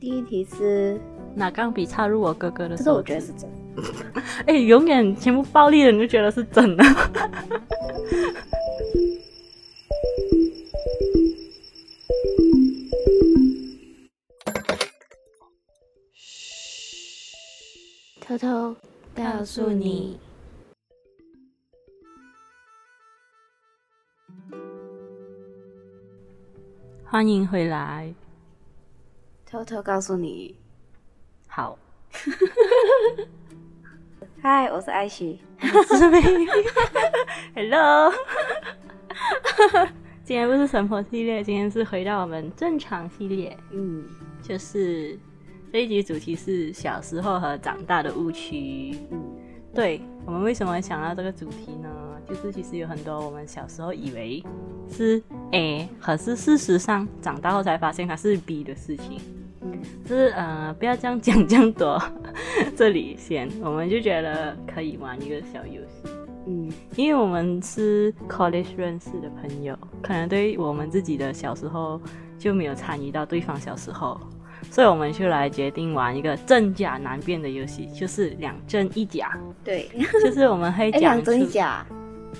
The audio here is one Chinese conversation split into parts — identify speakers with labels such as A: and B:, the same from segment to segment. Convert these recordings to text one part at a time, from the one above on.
A: 第一题是，
B: 拿钢笔插入我哥哥的
A: 这
B: 手指。
A: 个我觉得是真的。
B: 哎、永远全部暴力了，你就觉得是真的。
A: 偷偷告诉你，
B: 欢迎回来。
A: 偷偷告诉你。
B: 好，
A: 嗨，我是艾希。
B: 是没 Hello，今天不是神婆系列，今天是回到我们正常系列，
A: 嗯，
B: 就是这一集主题是小时候和长大的误区。
A: 嗯
B: 对我们为什么会想到这个主题呢？就是其实有很多我们小时候以为是 A，可是事实上长大后才发现它是 B 的事情。
A: 嗯
B: 就是呃，不要这样讲这样多， 这里先，我们就觉得可以玩一个小游戏，
A: 嗯
B: 因为我们是 college 认识的朋友，可能对于我们自己的小时候就没有参与到对方小时候，所以我们就来决定玩一个真假难辨的游戏，就是两真一假，
A: 对。
B: 就是我们 会
A: 哎，
B: 讲
A: 两真一
B: 出，
A: 假，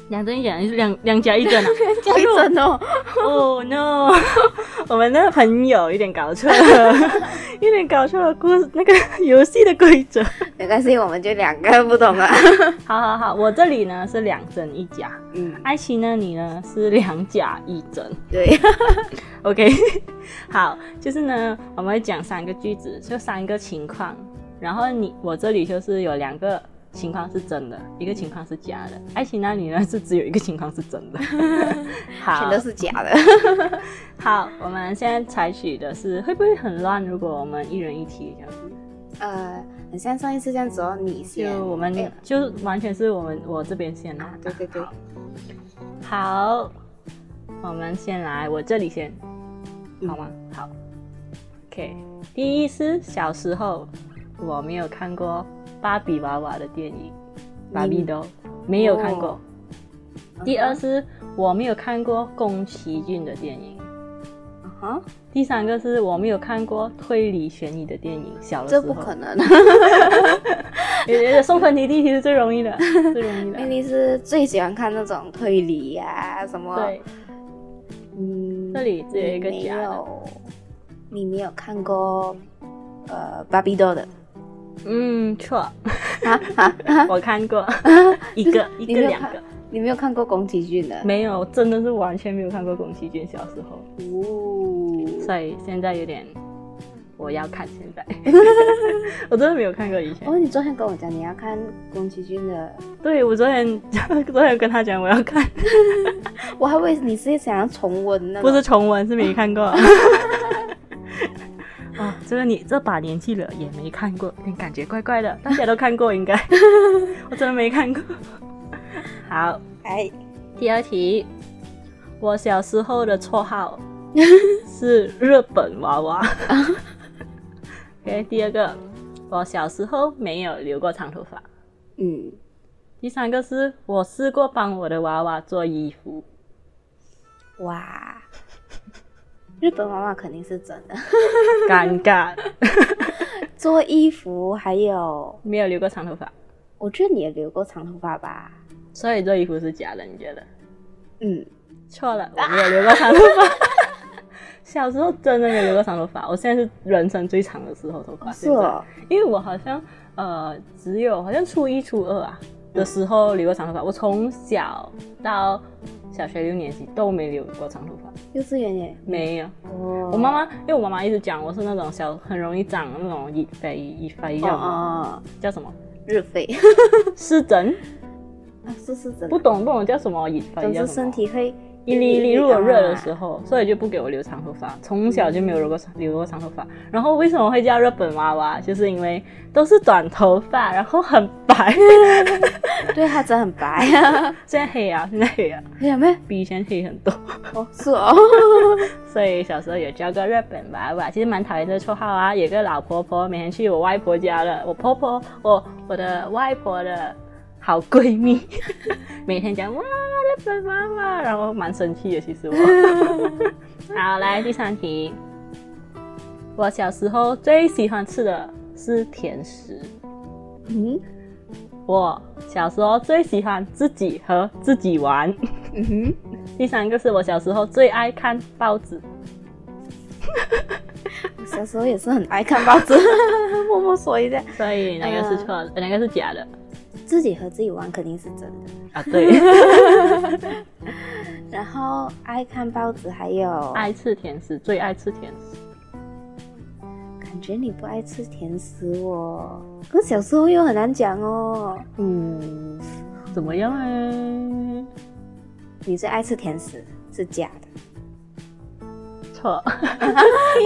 B: 两真一假，两两假一真啊。
A: 讲一真哦。
B: 哦、no！我们那个朋友有点搞错了， 有点搞错了故那个游戏的规则。
A: 没关系，我们就两个不懂啊。
B: 好好好，我这里呢是两真一假，
A: 嗯，
B: 艾希呢你呢是两假一真。
A: 对，
B: OK，好，就是呢我们会讲三个句子，就三个情况，然后你我这里就是有两个。情况是真的，一个情况是假的。艾希那里呢是只有一个情况是真 的。好，
A: 全都是假的。
B: 好，我们现在采取的是会不会很乱？如果我们一人一题这样子，
A: 呃，很像上一次这样子哦，你先。
B: 就我们、
A: 哎
B: 就完全是我们我这边先啦。
A: 啊对对对，
B: 好，我们先来，我这里先，
A: 嗯
B: 好吗？好，OK。第一是小时候我没有看过芭比娃娃的电影，芭比都没有看过。
A: 嗯哦
B: 第二是我没有看过宫崎骏的电影。
A: 嗯哼，
B: 第三个是我没有看过推理悬疑的电影，小的时
A: 这
B: 候
A: 不 可能，
B: 我觉得送分题第一题是最容易的，最容易
A: 魅
B: 的。
A: 力是最喜欢看那种推理呀、什么。
B: 对，
A: 嗯，
B: 这里只有一个
A: 你没
B: 假的。
A: 有，你没有看过呃芭比 doll 的
B: 嗯，错，
A: 啊啊？
B: 我 看过一个、一
A: 你没
B: 个、
A: 有
B: 两
A: 看
B: 个，
A: 你没有看过宫崎骏的？
B: 没有，真的是完全没有看过宫崎骏小时候，
A: 哦，
B: 所以现在有点我要看现 在，我真的没有看过以前。
A: 哦，你昨天跟我讲你要看宫崎骏的，
B: 对我昨天 昨天有跟他讲我 要看，
A: 我还以为你是想要重温那
B: 不
A: 种
B: 是重温，是没 看过。哦，这个你这把年纪了也没看过，有点感觉怪怪的。大家都看 过应该，我真的没看过。好，
A: 哎，
B: 第二题，我小时候的绰号是日本娃娃。OK，第二个，我小时候没有留过长头发。
A: 嗯，
B: 第三个是我试过帮我的娃娃做衣服。
A: 哇，日本妈妈肯定是真的，
B: 尴尬，
A: 做衣服还有，
B: 没有留过长头发，
A: 我觉得你也留过长头发吧？
B: 所以做衣服是假的，你觉得？
A: 嗯，
B: 错了，我没有留过长头发。小时候真的没有留过长头发，我现在是人生最长的时候头发。
A: 是
B: 现在
A: 哦，
B: 因为我好像呃，只有好像初一、初二啊的时候留过长头发。我从小到小学六年级都没留过长头发，
A: 幼稚园也，
B: 没有。
A: 哦
B: 我妈妈，因为我妈妈一直讲我是那种小很容易长那种一肥一肥
A: 哦
B: 叫什么
A: 哦，
B: 叫什么
A: 日飞。
B: 湿疹，
A: 啊，是是真
B: 不
A: 的，
B: 懂不懂叫什么一肥
A: 总
B: 叫
A: 之
B: 什
A: 身
B: 么。
A: 体啊会
B: 一粒一粒，如果热的时
A: 候，
B: 候，所以就不给我留长头发，从小就没有留过长留过长头发。然后为什么会叫日本娃娃，就是因为都是短头发，然后很白，
A: 对它真的很白啊，
B: 现在黑啊，现在黑啊，
A: 有 没有？
B: 比以前黑很多。
A: 哦，是哦，
B: 所以小时候有交过日本娃娃，其实蛮讨厌这个绰号啊。有个老婆婆每天去我外婆家了，我婆婆，我我的外婆的好闺蜜， 每天讲哇日本娃娃，然后蛮生气的。其实我。好，来第三题，我小时候最喜欢吃的是甜食。
A: 嗯
B: 我小时候最喜欢自己和自己玩。
A: 嗯哼，
B: 第三个是我小时候最爱看报纸。
A: 我小时候也是很爱看报纸， 默默说一下，
B: 所以哪个是错的？哪个是假的？
A: 自己和自己玩肯定是真的。
B: 啊，对，
A: 然后爱看报纸，还有
B: 爱吃甜食，最爱吃甜食。
A: 感觉你不爱吃甜食哦，可小时候又很难讲哦。
B: 嗯，怎么样啊？
A: 你最爱吃甜食是假的，
B: 错，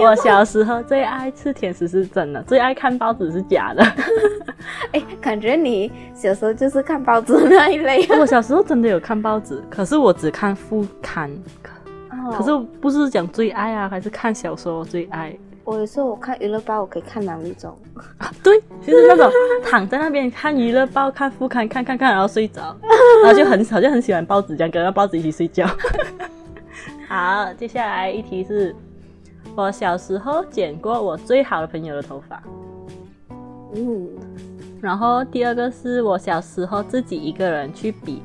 B: 我小时候最爱吃甜食是真的，最爱看报纸是假的。
A: 哎，感觉你小时候就是看报纸那一类。
B: 哎我小时候真的有看报纸，可是我只看副刊。
A: 哦
B: 可是我不是讲最爱啊，还是看小说最爱。
A: 我有时候我看娱乐报，我可以看哪一种？
B: 对，就是那种躺在那边看娱乐报、看副刊、看看看，然后睡着，然后就很好像很喜欢报纸这样，跟着报纸一起睡觉。好，接下来一题是，我小时候剪过我最好的朋友的头发，
A: 嗯，
B: 然后第二个是我小时候自己一个人去比，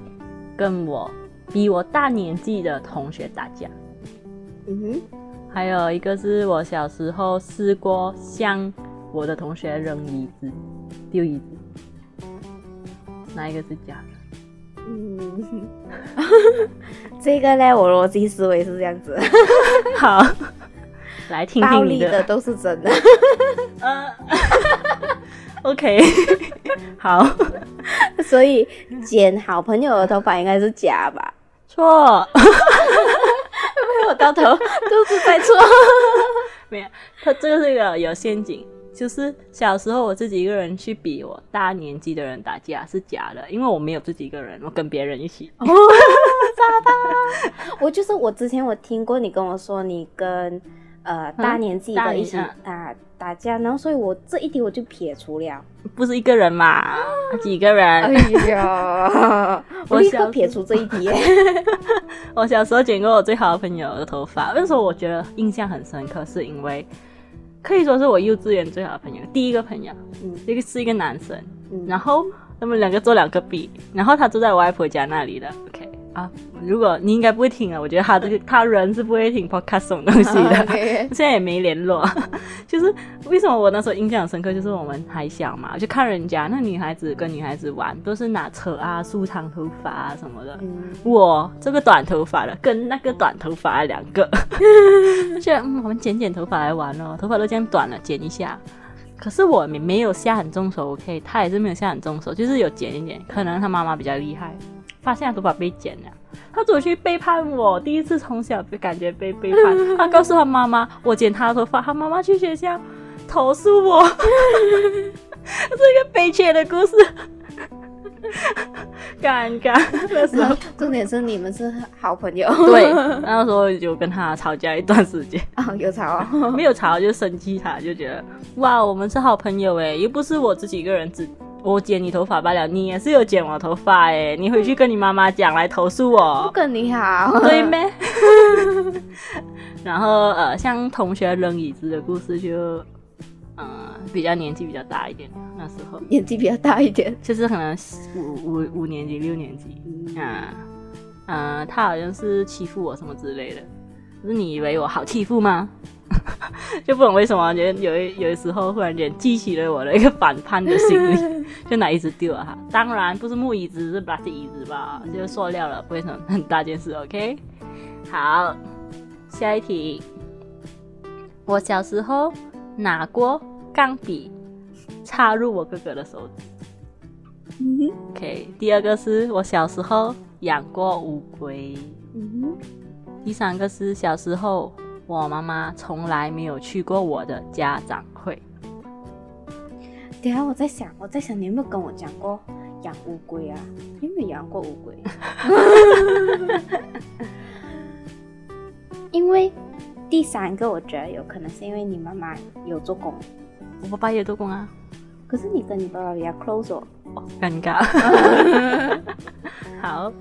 B: 跟我比我大年纪的同学打架，
A: 嗯
B: 还有一个是我小时候试过向我的同学扔椅子、丢椅子，哪一个是假的？
A: 哼，嗯， 这个呢，我逻辑思维是这样 子，
B: 好，来听
A: 暴
B: 听你
A: 力的
B: 的。
A: 都是真的。
B: 呃，OK，好，
A: 所以剪好朋友的头发应该是假吧？
B: 错，
A: 因为我到头都是在错。
B: 没有，它这个是一个有陷阱。就是小时候我自己一个人去比我大年纪的人打架是假的，因为我没有自己一个人，我跟别人一起。
A: 我就是我之前我听过你跟我说你跟呃大年纪
B: 嗯大
A: 的
B: 年
A: 一起
B: 啊
A: 打打架，然后所以我这一题我就撇除 了。
B: 不是一个人嘛，几个人？
A: 呀， 我立刻
B: 小
A: 撇除这一题耶。
B: 我小时候剪过我最好的朋友的头发，那时候我觉得印象很深刻，是因为可以说是我幼稚园最好的朋友，第一个朋友，
A: 嗯
B: 这个是一个男生，
A: 嗯
B: 然后他们两个做两个比，然后他住在我外婆家那里的，OK 啊，如果你应该不会听啊，我觉得他这个他人是不会听 podcast 这种东西 的，
A: OK
B: 现在也没联络，就是为什么我那时候印象很深刻，就是我们还小嘛，就看人家那女孩子跟女孩子玩，都是拿扯啊、梳长头发啊什么的，
A: 嗯
B: 我这个短头发的跟那个短头发的两个，就嗯，我们剪剪头发来玩哦，头发都这样短了，剪一下。可是我没没有下很重手，OK，他也是没有下很重手，就是有剪一点。可能他妈妈比较厉害，发现他头发被剪了，他走去背叛我。第一次从小被感觉被背叛，他告诉他妈妈，我剪他的头发，他妈妈去学校投诉我，这是一个悲切的故事， 尴尬 那时候。
A: 重点是你们是好朋友，
B: 对，那时候就跟他吵架一段时间，
A: 啊、有吵哦。
B: 没有吵就生气他，就觉得哇，我们是好朋友哎，又不是我自己一个人只我剪你头发罢了，你也是有剪我头发哎，你回去跟你妈妈讲来投诉
A: 不
B: 我，
A: 跟你好，
B: 对咩？ 然后呃，像同学扔椅子的故事就，呃，比较年纪比较大一点，那时候
A: 年纪比较大一点。
B: 就是可能五五五年级六年级，啊，呃，他好像是欺负我什么之类的。可是你以为我好欺负吗？ 就不懂为什么，觉得有一有的时候忽然间激起了我的一个反叛的心理，就拿椅子丢了他。当然不是木椅子，是 plastic 椅子吧，就是塑料了，不会什么很大件事。OK，好，下一题。我小时候拿过钢笔插入我哥哥的手指。
A: 嗯哼
B: OK，第二个是我小时候养过乌龟，
A: 嗯
B: 第三个是小时候我妈妈从来没有去过我的家长会。
A: 哼，等一下我在想，我在想你有没有跟我讲过养乌龟啊？你有没有养过乌龟？ 因为第三个，我觉得有可能是因为你妈妈有做工，
B: 我爸爸也做工啊，
A: 可是你跟你爸爸比较 close 哦。
B: 尴 尬。好，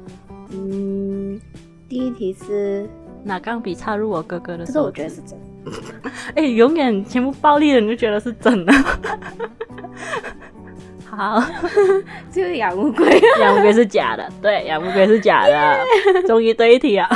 A: 嗯，第一题是，
B: 拿钢笔插入我哥哥的
A: 这个
B: 手
A: 我觉得
B: 指
A: 是真的。
B: 哎，永远全部暴力的，你就觉得是真的。 好，
A: 就是养乌龟。
B: 养乌龟是假的，对，养乌龟是假的。终于对一题啊！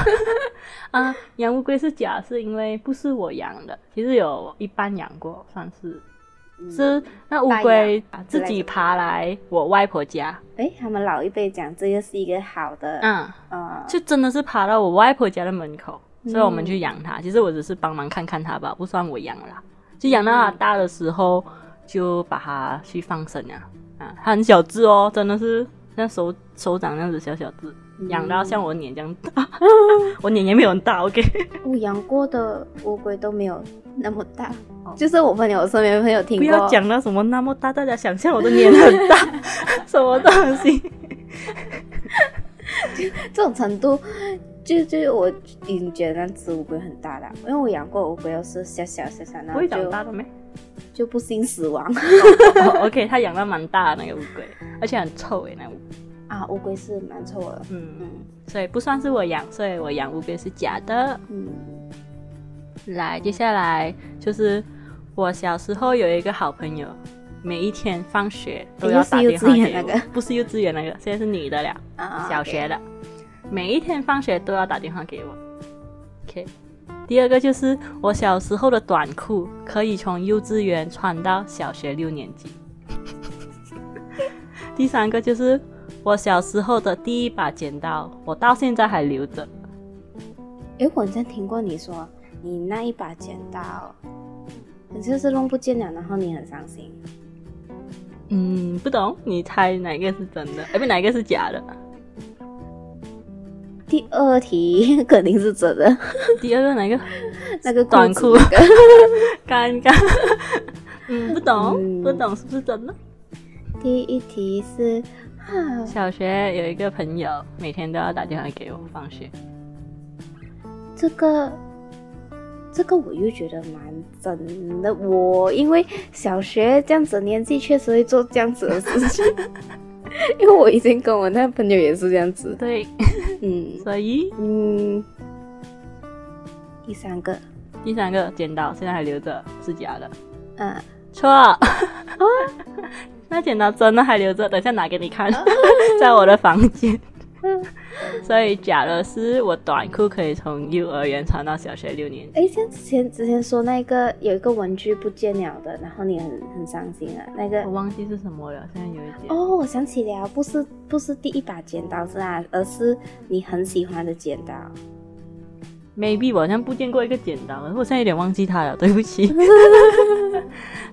B: 啊，养乌龟是假，是因为不是我养的，其实有一般养过，算是 是那乌龟
A: 嗯代养
B: 自己爬来我外婆家，
A: 哎，他们老一辈讲这个是一个好的，
B: 嗯，
A: 呃，
B: 就真的是爬到我外婆家的门口，
A: 嗯
B: 所以我们去养它。其实我只是帮忙看看它吧，不算我养啦。就养到它大的时候，就把它去放生啊。啊，它很小只哦，真的是像手手掌那样子小小只，
A: 嗯
B: 养到像我脸这样 大。我脸也没有很大，OK。
A: 我养过的乌龟都没有那么大，
B: 哦
A: 就是我朋友身边朋友听
B: 不
A: 过，
B: 要讲到什么那么大，大家想象我的脸 很大，什么东西？
A: 这种程度，就就我已经觉得那只乌龟很大了，因为我养过乌龟，又是小小小小，然
B: 不
A: 后
B: 会长
A: 就
B: 大的 没、
A: 就不幸死亡
B: 哦、？OK，它养到蛮大的那个乌龟，而且很臭诶，那乌龟。
A: 啊。乌龟是蛮臭的，
B: 嗯。
A: 嗯
B: 所以不算是我养，所以我养乌龟是假的。
A: 嗯
B: 来，接下来就是我小时候有一个好朋友，每一天放学都要打电话
A: 哎又是幼稚
B: 给
A: 园
B: 我，
A: 那
B: 不是幼稚园那个，现在是女的了，
A: 啊，
B: 小学的，每一天放学都要打电话给我。OK，第二个就是我小时候的短裤可以从幼稚园穿到小学六年级。 第三个就是我小时候的第一把剪刀，我到现在还留着。
A: 哎，我好像听过你说你那一把剪刀，你就是弄不见了，然后你很伤心。
B: 嗯，不懂，你猜哪个是真的？哎，不，哪个是假 的？
A: 第二题 肯定是真的，
B: 第二个哪个？
A: 那个
B: 短
A: 子
B: 裤
A: 那个
B: 尴尬。 嗯，不懂，
A: 嗯
B: 不懂是不是真的？
A: 第一题是啊，
B: 小学有一个朋友，每天都要打电话给我放学。
A: 这个这个我又觉得蛮真的我，因为小学这样子年纪确实会做这样子的事情， 因为我以前跟我那朋友也是这样子，
B: 对，
A: 嗯
B: 所以
A: 嗯，第三个，
B: 第三个剪刀现在还留着，是假的。
A: 嗯、
B: 错。 那剪刀真的还留着，等一下拿给你看，
A: 哦
B: 在我的房间。
A: 嗯
B: 所以假的是我短裤可以从幼儿园穿到小学六年级。
A: 哎，像之前之前说那个有一个文具不见了的，然后你很很伤心啊，那个
B: 我忘记是什么了，现在有一点。
A: 哦，我想起了，不是不是第一把剪刀是啊，而是你很喜欢的剪刀。
B: maybe 我好像不见过一个剪刀，可是我现在有点忘记它了，对不 起。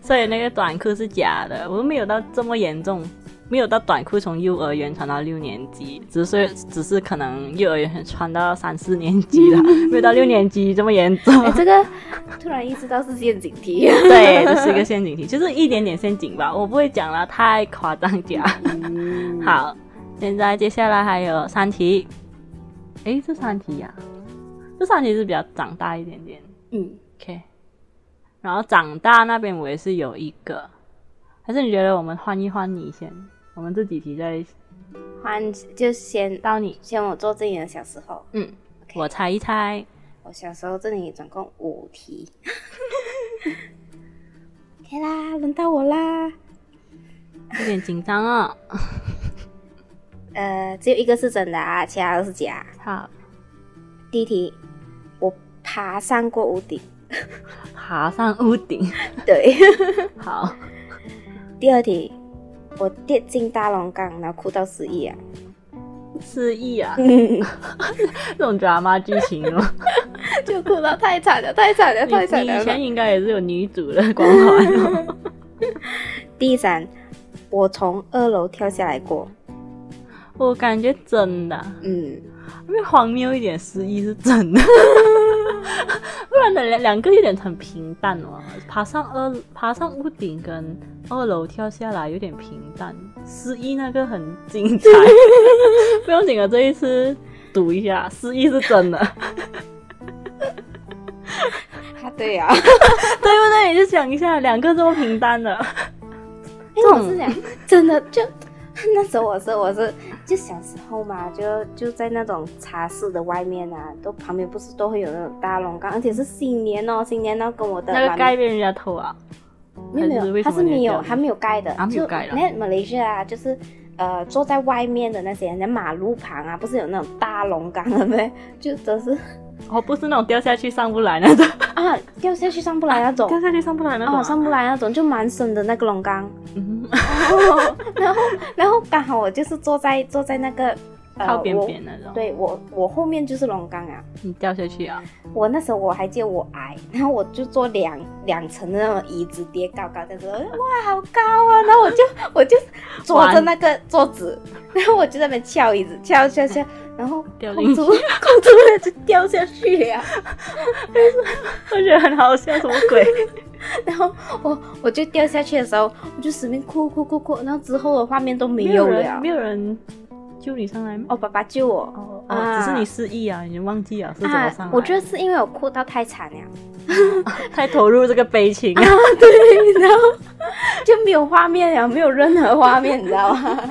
B: 所以那个短裤是假的，我没有到这么严重，没有到短裤从幼儿园穿到六年级，只是只是可能幼儿园穿到三四年级 了，没有到六年级这么严 重。
A: 哎，这个突然意识到是陷阱题。
B: 对，这是一个陷阱题，就是一点点陷阱吧，我不会讲了，太夸张假。
A: 嗯，
B: 好，现在接下来还有三题，诶，这三题呀、这三题是比较长大一点点。
A: 嗯，
B: OK，然后长大那边我也是有一个，还是你觉得我们换一换你先，我们这几题再
A: 换就先
B: 到你，
A: 先我做自己的小时候，
B: 嗯
A: OK
B: 我猜一猜，
A: 我小时候这里总共五题。OK 啦，轮到我啦。
B: 有点紧张哦。
A: 呃，只有一个是真的啊，其他都是假。
B: 好，
A: 第一题，我爬上过屋 顶。
B: 爬上屋顶，
A: 对。
B: 好，
A: 第二题，我跌进大龙缸，然后哭到失忆 啊。
B: 失忆啊，
A: 嗯，
B: 这种 drama 剧情 哦，
A: 就哭到太惨了，太惨了，
B: 你
A: 太惨
B: 你以前
A: 了。
B: 应该也是有女主的光环 哦。
A: 第三，我从二楼跳下来过。
B: 我感觉真的，
A: 嗯，
B: 因为荒谬一点，失忆是 真的。不然的两两个有点很平淡哦，爬上二爬上屋顶跟二楼跳下来有点平淡，失忆那个很 精彩，不用紧了，这一次赌一下，失忆是 真的，
A: 啊，对呀、
B: 对不对？你就想一下，两个这么 平淡的，
A: 因为我是想，真的就那时候我是我是就小时候嘛，就就在那种茶室的外面啊，都旁边不是都会有那种大龙缸，而且是新年哦，新年要跟我的
B: 那
A: 妈
B: 个
A: 咪
B: 盖被人家偷啊，
A: 没有没
B: 还是
A: 有，
B: 为
A: 它
B: 什
A: 是
B: 么你
A: 没有
B: 掉的
A: 还没有盖的，
B: 啊没有盖的
A: 就那马来西亚啊，就是呃坐在外面的那些人，在马路旁啊，不是有那种大龙缸的咩？ 就真是
B: 哦，不是那种掉下去上不 来那种，
A: 啊掉下去上不来那种，
B: 掉下去上不来那种啊、
A: 哦上不来那种，就蛮深的那个龙缸。
B: 嗯，
A: 哦然后然后刚好我就是坐在坐在那个呃
B: 靠边
A: 我
B: 边那种，，
A: 对我我后面就是龙缸啊。
B: 你掉下去啊，
A: 我那时候我还记得我矮，然后我就坐两两层的那种椅子叠高高的时候，哇，好高啊！然后我就我就坐着那个桌子，然后我就在那边翘椅子，翘翘翘，然后
B: 掉
A: 空
B: 进去
A: 中 空中那就掉下去啊了、
B: 我觉得很好笑，什么鬼？
A: 然后我我就掉下去的时候，我就死命哭哭哭哭，然后之后的画面都没有了
B: 人，没。有人救你上来吗？
A: 哦，爸爸救我。
B: 哦
A: 啊
B: 哦，只是你失忆啊，你忘记啊，是怎么上
A: 啊
B: 来？，
A: 我觉得是因为我哭到太惨了。
B: 太投入这个悲情啊了。
A: 对，然后 就没有画面了，没有任何画面，你知道吗？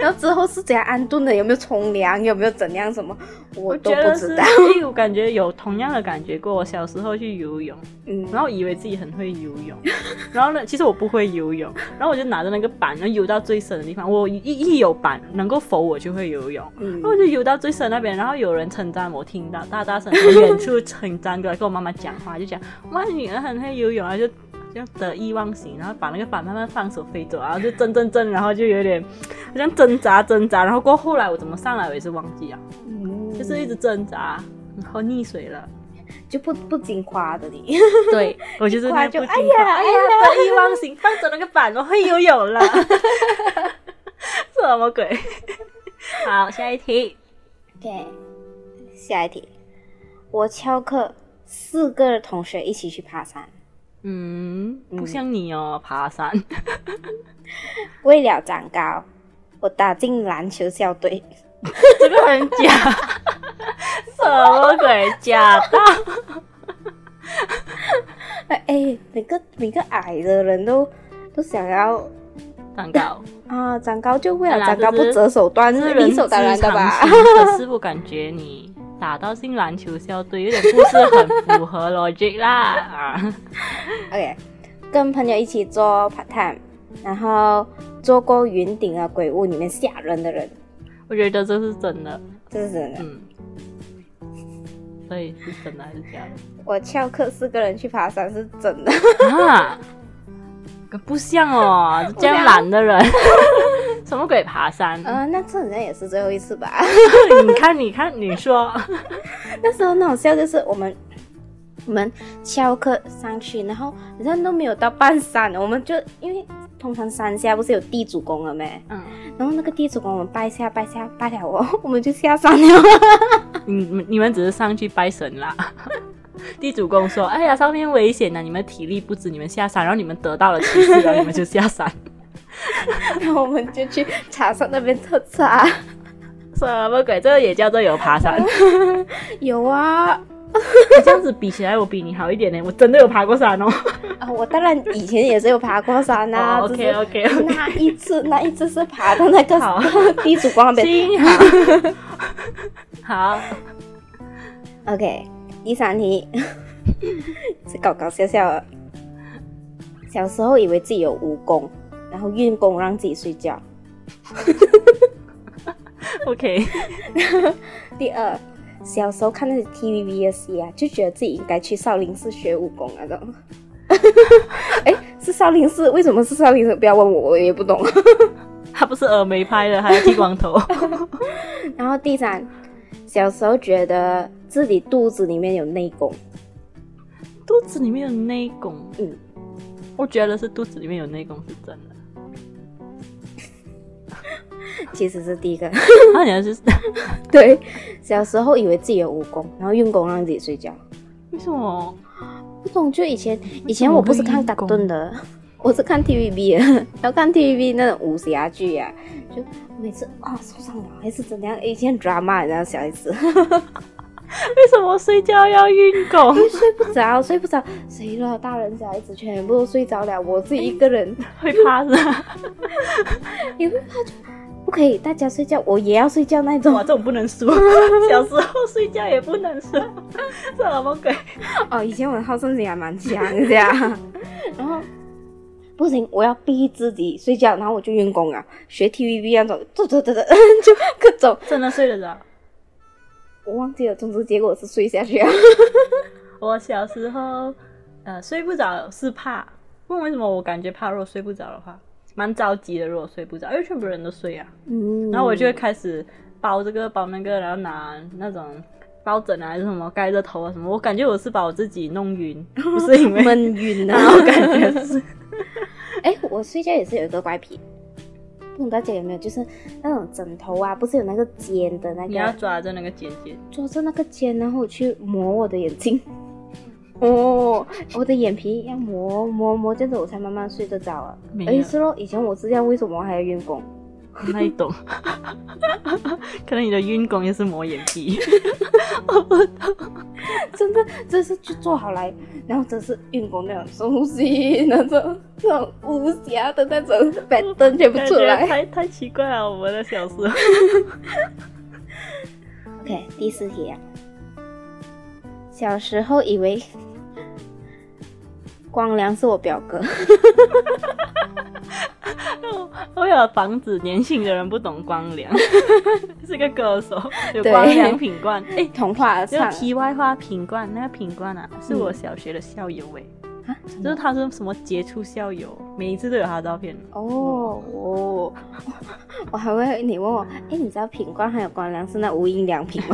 A: 然后之后是怎样安顿的？有没有冲凉？有没有怎样什么？我都
B: 觉
A: 不
B: 得
A: 知
B: 是
A: 道。，
B: 因为我感觉有同样的感觉过。我小时候去游泳，
A: 嗯，
B: 然后以为自己很会游 泳，然后呢，其实我不会游泳，然后我就拿着那个板，然后游到最深的地方。我一一有板能够浮，我就会游泳。
A: 嗯
B: 然后我就游到最深那边，然后有人称赞我，听到大大声从远处称赞过来，跟我妈妈讲话，就讲哇，女儿很会游泳啊，就就得意忘形，然后把那个板慢慢放手飞走，然后就挣挣挣，然后就有点好像挣扎挣扎，然后过后后来我怎么上来我也是忘记啊，
A: 嗯
B: 就是一直挣扎，然后溺嗯水 了。
A: 就不不经夸的你，
B: 对，我就是
A: 夸
B: 那
A: 就
B: 不
A: 哎
B: 听
A: 呀
B: 话
A: 哎呀
B: 哎呀，得意忘形，放走那个板，我会游泳了。 什么鬼？好，下一题。
A: 对，下一题，我翘课，四个同学一起去爬山，
B: 嗯，不像你哦，爬山。
A: 为了长高，我打进篮球校队。
B: 这个很假，什么鬼？假到
A: 哎哎，每个每个矮的人都都想要
B: 蛋糕，
A: 啊长高，就为了
B: 当然
A: 长高不
B: 这是
A: 择手段，
B: 这
A: 是
B: 是
A: 理
B: 人
A: 所当然的吧？
B: 之常情可是我感觉你打到进篮球校队，有点不是很符合 logic 啦。 啊
A: OK，跟朋友一起做 part time，然后做过云顶啊、鬼屋里面吓人的人，
B: 我觉得这是真的，
A: 这是真的。
B: 嗯。所以是真的还是假的？
A: 我翘课四个人去爬山是 真的，
B: 啊，不像哦，这样懒的人， 什么鬼爬山？
A: 呃，那次好像也是最后一次吧。
B: 你看，你看，你说，
A: 那时候那种笑就是我们。我们翘课上去，然后好像都没有到半山，我们就因为通常山下不是有地主公了没？
B: 嗯，
A: 然后那个地主公我们拜下拜下拜了我， 我们就下山了。
B: 你们你们只是上去拜神啦。 地主公说：“哎呀，上面危险呐、你们体力不支，你们下山，然后你们得到了启示，然后你们就下山。
A: 然后我们就去茶山那边喝茶。
B: 什么鬼？这个也叫做有爬山？
A: 有啊，
B: 这样子比起来，我比你好一点呢。我真的有爬过山哦。
A: 啊，我当然以前也是有爬过山啊，
B: 哦
A: 只是
B: OK，OK，OK
A: 那一次那一次是爬到那个
B: 好
A: 地主公那边。
B: 幸好， 好，
A: OK，第三题 是搞搞笑笑的。小时候以为自己有武功，然后运功让自己睡觉。
B: OK，
A: 第二，小时候看那些 TVB 的戏啊，就觉得自己应该去少林寺学武功 那种。哎，是少林寺？为什么是少林寺？不要问我，我也不懂。
B: 他不是峨眉拍的，还要剃光 头。
A: 然后第三，小时候觉得自己肚子里面有内功，
B: 肚子里面有内功，
A: 嗯，
B: 我觉得是肚子里面有内功是真的。
A: 其实是第一个。
B: 他好像是
A: 对，小时候以为自己有武功，然后用功让自己睡觉。
B: 为什么？
A: 不懂，就以前以前我不是看港顿的， 我是看 TVB 的， 然后看 TVB 那种武侠剧啊，就每次啊、受伤了还是怎样，以前 drama 你知道小孩子
B: 为什么睡觉要运功？
A: 睡不着，睡不着，谁了？大人小孩子全部都睡着了，我自己一个人，
B: 会趴着。
A: 因为他就不可以，大家睡觉，我也要睡觉那种
B: 哇，。 这种不能 输。小时候睡觉也不能输， 这什么鬼？
A: 哦，以前我的好胜心还蛮强的呀， 然后不行，我要逼自己睡觉，然后我就用功啊，学 TVB 那种，走走走走， 就各种，
B: 真的睡得着？
A: 我忘记了，总之结果是睡下去啊。
B: 我小时候，呃，睡不着是怕，问为什么我感觉怕，如果睡不着的话，蛮着急的。如果睡不着，因为全部人都睡啊，
A: 嗯，
B: 然后我就会开始包这个包那个，然后拿那种包枕啊还是什么盖着头啊什么。我感觉我是把我自己弄 晕，不是因为，
A: 闷晕
B: 然后
A: 啊。
B: 感 觉是
A: 哎，我睡觉也是有一个怪癖，不懂大家有没有？就是那种枕头啊，不是有那个尖的那
B: 你要
A: 个，
B: 抓着那个尖尖。
A: 抓着那个尖，然后我去磨我的眼睛。哦，我的眼皮要磨磨磨，这样子我才慢慢睡得着啊。
B: 没
A: 哎，
B: 有，
A: 是咯，以前我知道为什么我还要用功。
B: 那一懂。 可能你的晕工也是磨眼皮，我不懂。
A: 真的，这是去做好来，然后这是运功那种东西，那种那种武侠的那种板凳全部
B: 感
A: 出
B: 觉
A: 来。
B: 太太奇怪了，我们的 小时候。
A: OK，第四题啊，小时候以为光良是我表哥，
B: 我有防止年轻的人不懂光 良，是个歌手，有光良品 冠。哎、
A: 童话
B: 就
A: 唱嗯
B: 题外话，品冠那个品冠啊，是我小学的校友哎、
A: 啊，
B: 就是他是什么杰出校友，每一次都有他的照片。
A: 哦哦， 我还会你问我，哎，你知道品冠还有光良是那无印良品 吗？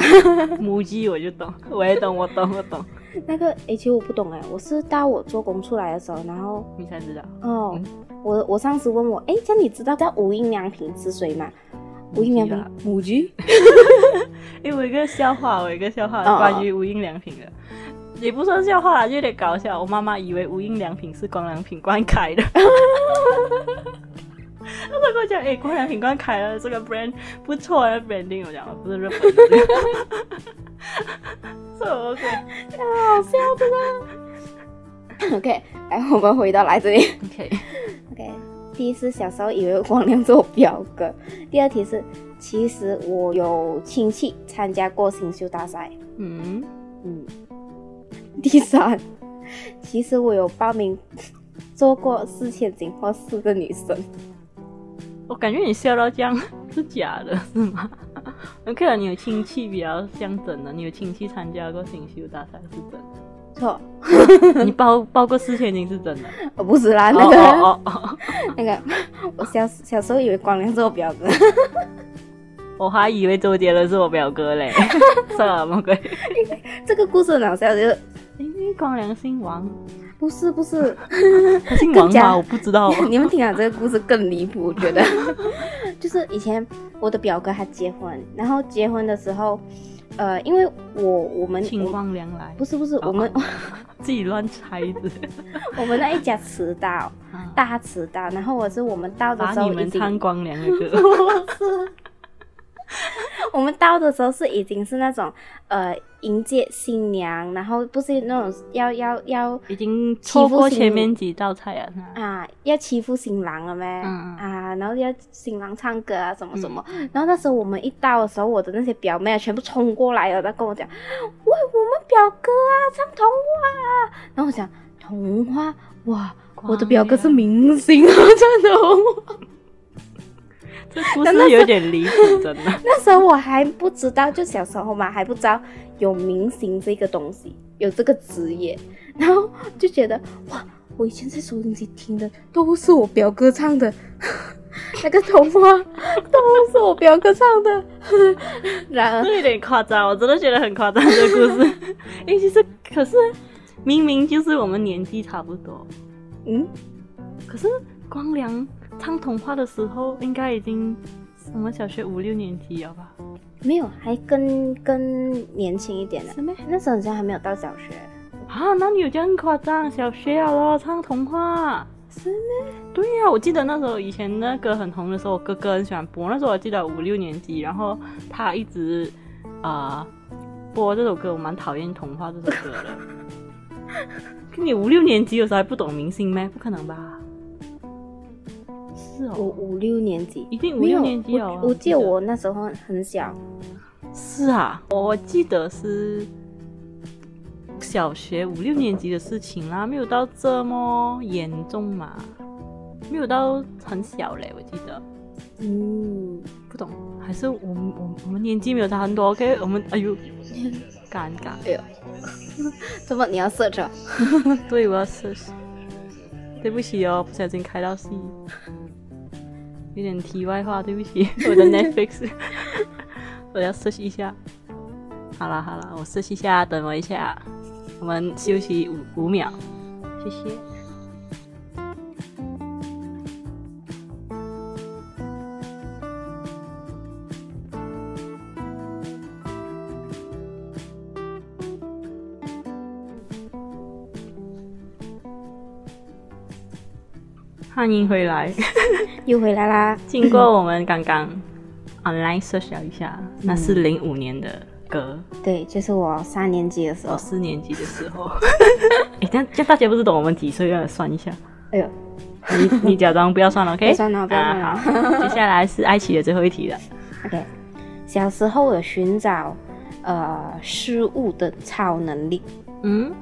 B: 母鸡我就懂，我也懂，我懂，我懂，
A: 那个哎，其实我不懂哎，我是到我做工出来的时候，然后
B: 你才知道。
A: 哦，我我上次问我，哎，这样你知道叫无印良品是谁吗？无印良品母鸡，
B: 哎、我有一个笑话，我有一个笑话
A: 哦
B: 关于无印良品的，也不算笑话啦，就有点搞笑。我妈妈以为无印良品是光良品冠开的， 她就跟我讲：“哎、光良品冠开了，这个 brand 不错啊，branding。”我讲：“哦不是日本 的。”是我 OK。
A: 好笑真的。OK，来 我们回到来这里。
B: OK，
A: OK，第一是小时候以为光良是我表哥，第二题是其实我有亲戚参加过新秀大赛，
B: 嗯，
A: 嗯， 第三，其实我有报名做过四千金或四个女生，
B: 我感觉你笑到这样是假的，是吗？OK 了，你有亲戚比较像真的，你有亲戚参加过新秀大赛是真
A: 错，
B: 的，你包包过四千斤是真的。
A: 我不是啦，
B: 哦
A: 那个。
B: 哦哦哦！
A: 那个，我小小时候以为光良是我表哥，
B: 我还以为周杰伦是我表哥嘞，什么鬼？
A: 这个故事很好笑，就是
B: 因为光良姓王，
A: 不是不是，
B: 他姓王
A: 更
B: 吗？
A: 加
B: 我不知道。
A: 你们听啊，这个故事更离谱，我觉得， 就是以前我的表哥他结婚，然后结婚的时候，呃，因为我我们
B: 请
A: 我
B: 光良来
A: 不，是不是我们
B: 哦自己乱猜的。
A: 我们那一家迟到，大迟到，然后我是我们到的
B: 把
A: 时候
B: 你
A: 已
B: 们
A: 经
B: 唱光良的歌，
A: 我们到的时候是已经是那种呃迎接新娘，然后不是那种要要要
B: 已经错过前面几道菜啊。
A: 啊，要欺负新郎了咩？
B: 嗯
A: 啊，然后要新郎唱歌啊，什么什么。然后那时候我们一到的时候，我的那些表妹啊，全部冲过来了，她跟我讲，喂，我们表哥啊，唱童话啊。然后我想，童话，哇，我的
B: 啊
A: 表哥是明星啊，真的哦。
B: 这故事有点离谱，真的。
A: 那时候我还不知道，就小时候嘛，还不知道有明星这个东西，有这个职业，然后就觉得哇，我以前在收音机听的都是我表哥唱的， 那个童话都是我表哥唱的。 然而，
B: 这有点夸张，我真的觉得很夸张。这个故事，哎，其实可是明明就是我们年纪差不多，
A: 嗯，
B: 可是光良唱童话的时候，应该已经我们小学五六年级了吧？
A: 没有，还更更年轻一点的，
B: 咩？
A: 那时候好像还没有到小学。
B: 啊，那你有这样夸张？小学了咯，唱童话。
A: 是咩？
B: 对呀、我记得那时候以前那歌很红的时候，我哥哥很喜欢播。那时候我记得五六年级，然后他一直啊、呃播这首歌，我蛮讨厌童话这首歌 的。跟你五六年级有时候还不懂明星咩？不可能吧？是
A: 五
B: 哦，
A: 五六年级，
B: 一定五
A: 没有
B: 六年级哦。
A: 我我记得我那时候很小，
B: 是啊，我记得是小学五六年级的事情啦，没有到这么严重嘛，没有到很小嘞，我记得。
A: 嗯，
B: 不懂，还是我们我们我们年纪没有差很多，OK？我们哎呦，尴尬，
A: 哎呦， 怎么你要设置？
B: 对，我要试试。对不起哦，不小心开到 C，有点题外话，对不起，我的 Netflix，我要 search 一下。好啦好啦，我 search 一下，等我一下，我们休息五五秒，谢谢。欢迎回来。
A: 又回来啦，
B: 经过我们刚刚 online search 了一下，那是零五年的歌，
A: 对，就是我三年级的时
B: 我
A: 候，
B: 四年级的时候。哎、这样这样大家不是懂我们几岁要算一下，
A: 哎呦，
B: 你你 假装不要算了，OK？
A: 不算了不要算了
B: 啊好，接下来是爱奇的最后一题了。
A: OK，小时候有寻找呃失误的超能力，
B: 嗯，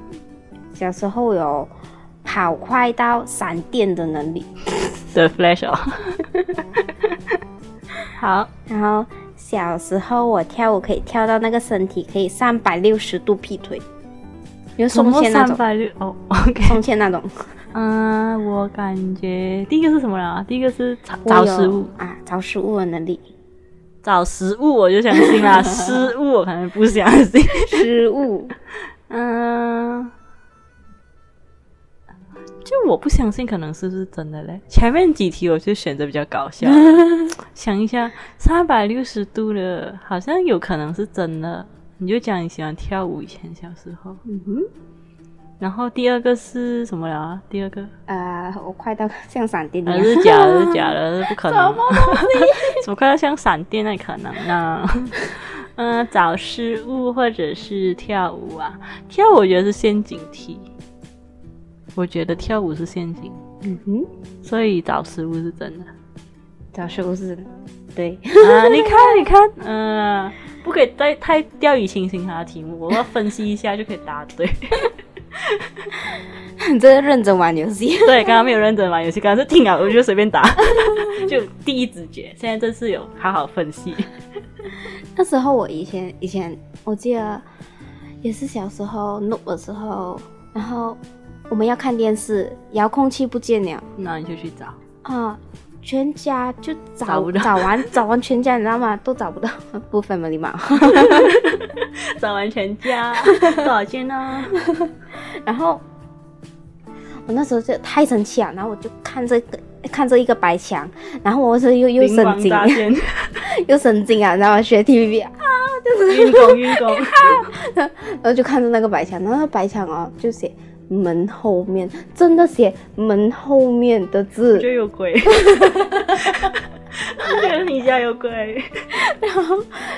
A: 小时候有跑快到闪电的能力，
B: The Flash 哦。好，
A: 然后小时候我跳舞可以跳到那个身体可以三百六十度劈腿，有松
B: 么
A: 懈那
B: 三
A: 种，
B: 百六哦，OK。
A: 松懈那种，
B: 嗯、我感觉第一个是什么了？第一个是找
A: 我
B: 找
A: 有
B: 食物，
A: 啊，找食物的能力，
B: 找食物我就相 信啦，失误我可能不相信。
A: 失误，
B: 嗯，就我不相信可能是不是真的嘞。前面几题我就选择比较搞笑的，想一下三百六十度的，好像有可能是真的。你就讲你喜欢跳舞，以前小时候。
A: 嗯哼，
B: 然后第二个是什么了啊？第二个
A: 呃，我快到像闪电一
B: 呃
A: 样，
B: 是假的，是假的，是不可能。什么怎么快要像闪电那可能呢？嗯、找失误或者是跳舞啊，跳舞我觉得是陷阱题。我觉得跳舞是陷阱，
A: 嗯哼，
B: 所以找失误是真的。
A: 找食物是，对，
B: 啊，你看，你看，嗯、不可以太太掉以轻心他的题目，我要分析一下就可以答对。
A: 你这认真玩游戏，
B: 对，刚刚没有认真玩游戏，刚刚是听啊，我就随便答，就第一直觉。现在这次有好好分析。
A: 那时候我以前以前我记得也是小时候 noob 的时候，然后我们要看电视，遥控器不见了
B: 那你就去找。
A: 啊，全家就找
B: 找不到
A: 找完找完全家，你知道吗？都找不到，不 family 嘛。
B: 找完全 家啊多少钱呢？
A: 然后我那时候就太生气了，然后我就看这个看这一个白墙，然后我是又又
B: 灵
A: 神
B: 光
A: 经
B: 乍 现，
A: 又神经啊，你知道吗？学 TVB 啊，
B: 运功运功，
A: 然后就看着那个白墙，然后那白墙哦就写门后面，真的写门后面的字，
B: 就有鬼。我觉得你家有鬼，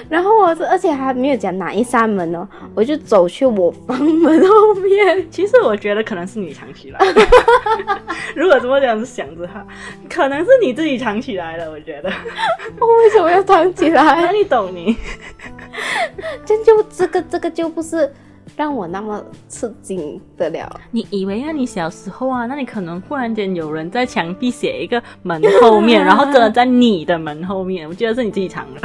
A: 然后我是，而且还没有讲哪一扇门哦，我就走去我房门后面，
B: 其实我觉得可能是你藏 起来了。如果这么这样子想着哈，可能是你自己藏起来了。我觉得，
A: 我为什么要藏起
B: 那
A: 来？
B: 你懂你。
A: 这就这个这个就不是让我那么吃惊的了。
B: 你以为啊，你小时候啊，那你可能忽然间有人在墙壁写一个门后 面，然后真的在你的门后面，我觉得是你自己藏的。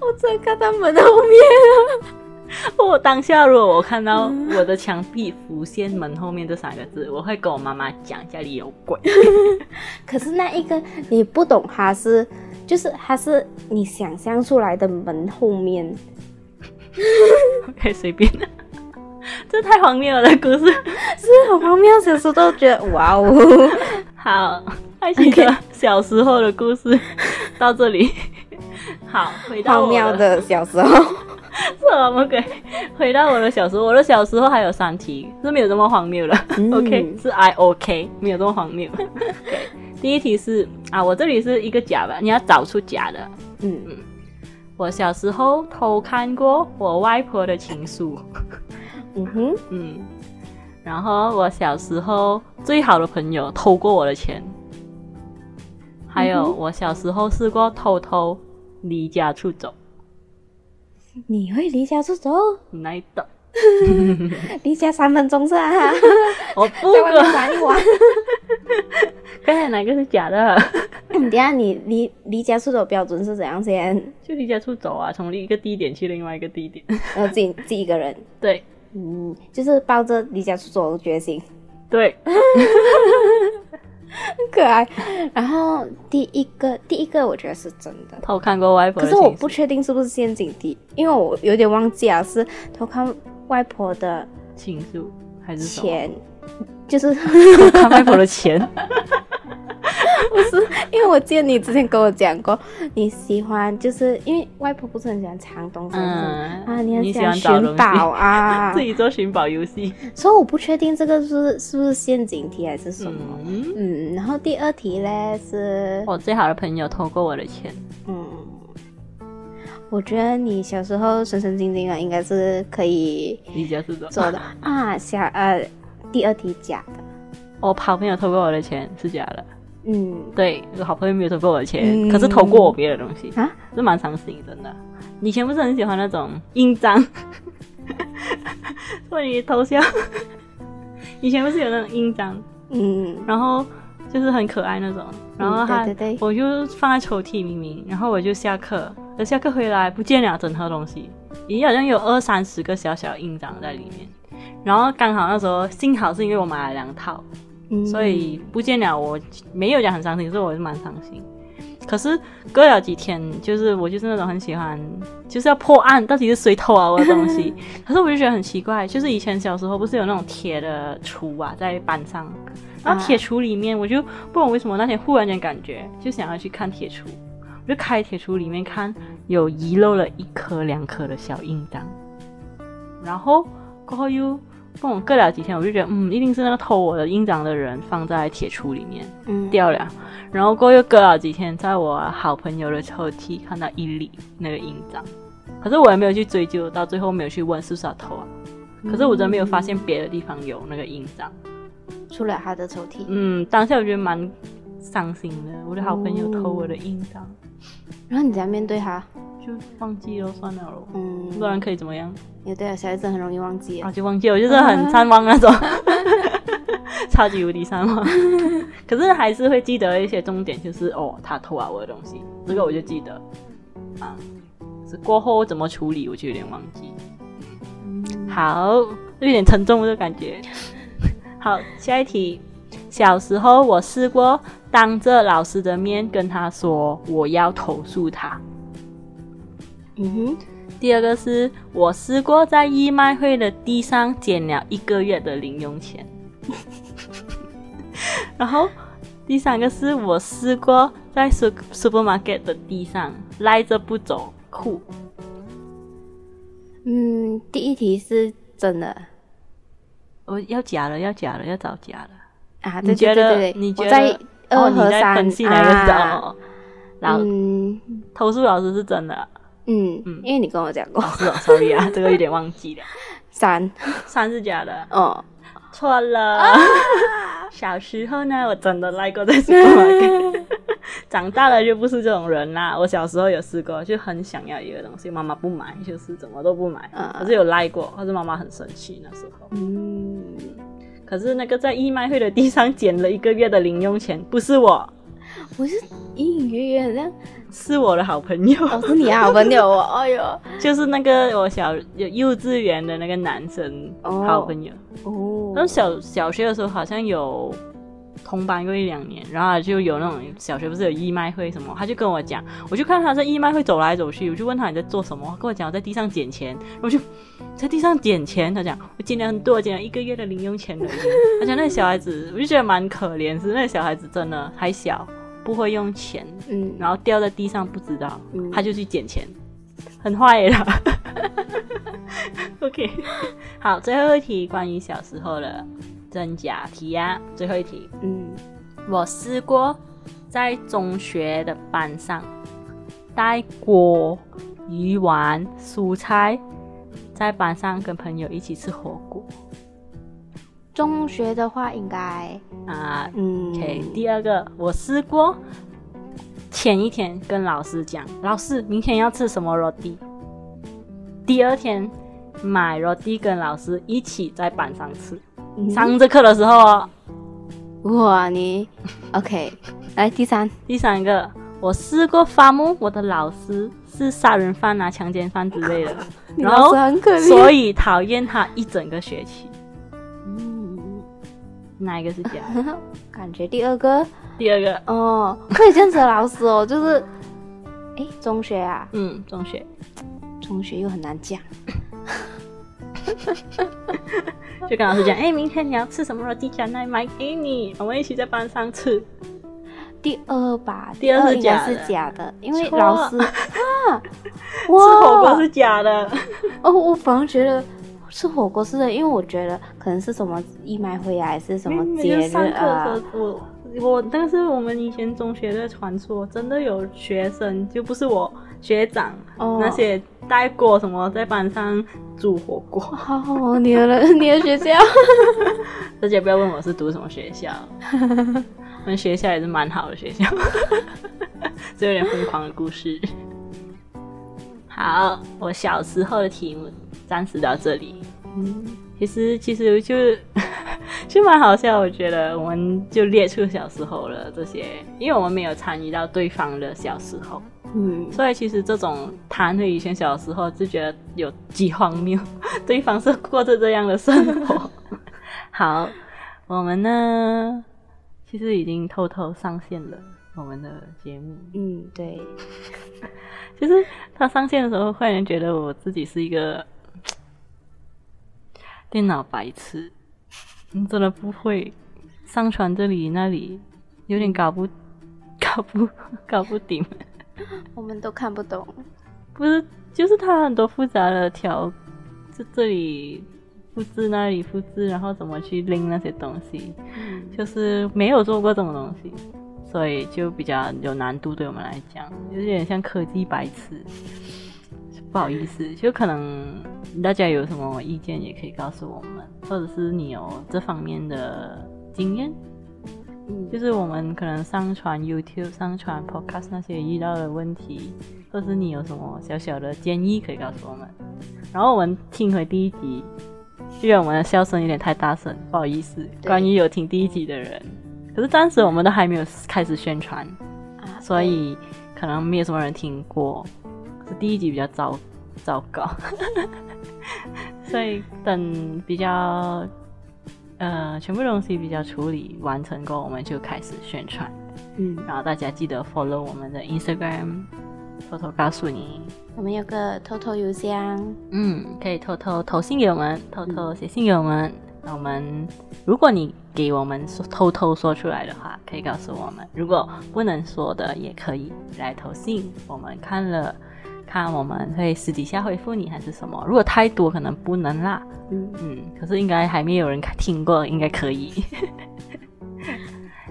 A: 我只能看到门后面啊
B: 我哦当下如果我看到我的墙壁浮现门后面这三个字，我会跟我妈妈讲家里有鬼。
A: 啊。可是那一个你不懂，它是就是它是你想象出来的门后面，
B: OK，随便。 这太荒谬了，故事。
A: 是很荒谬。小时候都觉得哇哦，
B: 好，爱情的小时候的故事到这里。好，回到
A: 荒
B: 我
A: 谬
B: 的
A: 的小时候。
B: 什么鬼？回到我的小时候，我的小时候还有三题，是没有这么荒谬了。
A: 嗯
B: OK，是 I OK，没有这么荒谬。OK，第一题是啊，我这里是一个假吧，你要找出假的。
A: 嗯，
B: 我小时候偷看过我外 婆的情书，
A: 嗯哼，
B: 嗯，然后我小时候最好的朋友偷过我的钱，还
A: 嗯
B: 有我小时候试过偷偷离家出走，
A: 你会离家出走？
B: 来 的，
A: 离家三分钟是吧？
B: 我不
A: 在外面
B: 管，
A: 玩一玩。
B: 刚才哪个是假的？
A: 嗯等一下你离离家出走标准是怎样先？
B: 就离家出走啊，从一个地点去另外一个地点。
A: 呃，自己自己一个人，
B: 对
A: 嗯，就是抱着离家出走的决心，
B: 对，
A: 很可爱。然后第一个第一个我觉得是真的，
B: 偷看过外婆
A: 可
B: 的
A: 是
B: 寝室。
A: 我不确定是不是陷阱题，因为我有点忘记啊，是偷看外婆的
B: 情书还是什么？
A: 钱，就是
B: 看外婆的钱。
A: 不是， 因为我记得你之前跟我讲过，你喜欢就是因为外婆不是很喜欢藏东西、
B: 嗯
A: 啊，你很
B: 你
A: 喜
B: 喜
A: 欢
B: 欢找东
A: 寻
B: 西，
A: 宝 啊
B: 自己做寻宝游戏。
A: 所以我不确定这个是是不是陷阱题还是什么。
B: 嗯，哦
A: 嗯然后第二题嘞是，
B: 我最好的朋友偷过我的钱，
A: 嗯，我觉得你小时候神神经经的，应该是可以
B: 离家出走。
A: 做 的啊。下呃，第二题假的，
B: 我好朋友偷过我的钱是假的，
A: 嗯，
B: 对，我好朋友没有偷过我的钱，
A: 嗯
B: 可是偷过我别的东西
A: 啊，
B: 是蛮伤心真的。以前不是很喜欢那种印章， 所以偷笑。以前不是有那种印章，
A: 嗯，
B: 然后就是很可爱那种，然后他、
A: 对对对
B: 我就放在抽屉明明，然后我就下课，等下课回来不见了整盒东西，咦，好像有二三十个小小印章在里面。然后刚好那时候幸好是因为我买了两套，
A: 嗯
B: 所以不见了我没有讲很伤心，所以我是蛮伤心。可是过了几天，就是我就是那种很喜欢，就是要破案，到底是谁偷啊我的东西。可是我就觉得很奇怪，就是以前小时候不是有那种铁的橱啊，在班上，然后铁橱里面，我就不懂为什么那天忽然间感觉就想要去看铁橱，我就开铁橱里面看，有遗漏了一颗两颗的小印章，然后过后又不懂隔了几天，我就觉得嗯，一定是那个偷我的印章的人放在铁橱里面
A: 嗯，
B: 掉了，然后过后又隔了几天，在我好朋友的抽屉看到一粒那个印章，可是我也没有去追究，到最后没有去问是不是他偷啊。
A: 嗯
B: 可是我真的没有发现别的地方有那个印章，
A: 出了他的抽屉，
B: 嗯，当下我觉得蛮伤心的，我的好朋友偷我的印章，
A: 然后你怎样面对他？
B: 就忘记了算了咯，
A: 嗯，
B: 不然可以怎么样？
A: 也对啊，小孩子很容易忘记
B: 然后就忘记了，我就是很善忘那种， 超级无敌善忘。 可是还是会记得一些重点，就是哦，他偷啊我的东西，这个我就记得啊。是过后怎么处理，我就有点忘记。好，有点沉重的感觉。 好，下一题。小时候我试过当着老师的面跟他说我要投诉他。
A: 嗯哼，
B: 第二个是我试过在义卖会的地上捡了一个月的零用钱， 然后第三个是我试过在 su- supermarket 的地上赖着不走酷，
A: 嗯，第一题是真的
B: 我要假了，要假了，要找假了。
A: 啊，
B: 你
A: 对
B: 觉
A: 对
B: 得？
A: 对对对，
B: 你
A: 我
B: 觉得？
A: 在
B: 哦，
A: 二
B: 你
A: 和
B: 在
A: 三
B: 分析哪个是
A: 啊
B: 哦？老、
A: 嗯
B: 投诉老师是真的，
A: 嗯
B: 嗯，
A: 因为你跟我讲过
B: 老师哦，sorry 啊，这个有点忘记了。
A: 三
B: 三是假的，
A: 哦，
B: 错了。
A: 啊
B: 小时候呢，我真的赖过在 supermarket。长 大了就不是这种人啦。我小时候有试过，就很想要一个东西，妈妈不买，就是怎么都不买。
A: 嗯
B: 可是有赖过，可是妈妈很生气那时候。
A: 嗯，
B: 可是那个在义卖会的地上捡了一个月的零用钱，不是我，
A: 我是隐隐约约好像
B: 是我的好朋友，
A: 哦是你啊，好朋友哦， 哎呦
B: 就是那个我小幼幼稚园的那个男生、
A: 哦
B: 好朋友。然后
A: 哦，
B: 小小学的时候好像有同班过一两年，然后就有那种小学不是有义卖会什么，他就跟我讲，我就看他在义卖会走来走去，我就问他你在做什么，他跟我讲我在地上捡钱，然后我就在地上捡钱，他讲我捡了很多，捡了一个月的零用钱而已。他讲那小孩子，我就觉得蛮可怜，是那小孩子真的还小，不会用钱，
A: 嗯，
B: 然后掉在地上不知道
A: 嗯，
B: 他就去捡钱，很坏耶啦。OK，好，最后一题关于小时候的真假题啊，最后一题，
A: 嗯，
B: 我试过在中学的班上带锅、鱼丸、蔬菜，在班上跟朋友一起吃火锅。
A: 中学的话应该，
B: 啊。
A: 嗯
B: OK，第二个我试过，前一天跟老师讲，老师明天要吃什么 roti，第二天买 roti 跟老师一起在班上吃。
A: 嗯
B: 上这课的时候哦，
A: 哇，你 OK，来第三，
B: 第三个我试过发梦，我的老师是杀人犯啊、强奸犯之类的，
A: 你
B: 然
A: 老
B: 后
A: 师很可怜
B: 所以讨厌他一整个学期。
A: 嗯，
B: 哪一个是假的？
A: 感觉第二个
B: 第二个，
A: 哦，会这样子的老师哦， 就是，哎，中学啊，
B: 嗯，中学。
A: 中学又很难讲，
B: 就跟老 师讲，哎、明天你要吃什么地家奶买给你，我们一起在班上吃。
A: 第二吧，
B: 第二是
A: 应该
B: 假的
A: 是假的，因为
B: 错
A: 老 师啊，
B: 吃火
A: 哇
B: 锅，是假的，
A: 哦，我反而觉得。吃火锅是的，因为我觉得可能是什么义卖会啊，还是什么
B: 没
A: 节
B: 有
A: 日
B: 上课
A: 啊，
B: 的时候，我我但是我们以前中学的传说，真的有学生就不是我学长、
A: 哦
B: 那些带过什么在班上煮火 锅，
A: 好好哦，你的人 你的学 校，
B: 大家不要问我是读什么学 校，我们学校也是蛮好的学校，这有点疯狂的故事。好，我小时候的题目暂时到这里。其实其实就 就蛮好笑，我觉得我们就列出小时候了这些，因为我们没有参与到对方的小时候，
A: 嗯，
B: 所以其实这种谈回以前小时候，就觉得有几荒谬， 对方是过着这样的生活。 好，我们呢，其实已经偷偷上线了我们的节目。
A: 嗯，对，
B: 其实它上线的时候，坏人觉得我自己是一个电脑白痴，嗯真的不会上传这里那里，有点搞不搞不搞不定。
A: 我们都看不懂。
B: 不是，就是它很多复杂的条，就这里复制那里复制，然后怎么去拎那些东西，就是没有做过这种东西，所以就比较有难度对我们来讲，有点像科技白痴。不好意思，就可能大家有什么意见也可以告诉我们，或者是你有这方面的经验，
A: 嗯
B: 就是我们可能上传 YouTube、上传 Podcast 那些遇到的问题，或是你有什么小小的建议可以告诉我们。然后我们听回第一集，虽然我们的笑声有点太大声，不好意思。
A: 对
B: 关于有听第一集的人，可是当时我们都还没有开始宣传，
A: 啊，
B: 所以可能没有什么人听过，是第一集比较糟糟糕， 所以等比较呃全部东西比较处理完成过，我们就开始宣传。
A: 嗯，
B: 然后大家记得 follow 我们的 Instagram，偷偷告诉你，
A: 我们有个偷偷邮箱，
B: 嗯，可以偷偷投信给我们，偷偷写信给我们。那我们，如果你给我们说偷偷说出来的话，可以告诉我们；如果不能说的，也可以来投信。我们看了，看我们会私底下回复你还是什么。如果太多，可能不能啦。
A: 嗯，
B: 嗯，可是应该还没有人看听过，应该可以。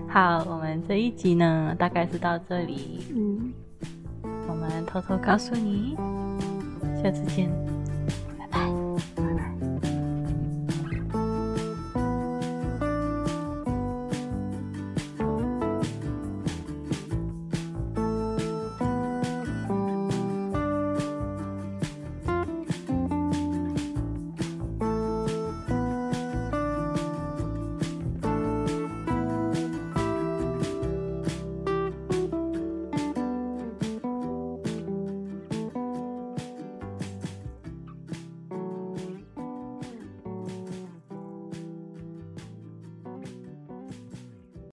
B: 好，我们这一集呢，大概是到这里。
A: 嗯，
B: 我们偷偷告诉你，下次见，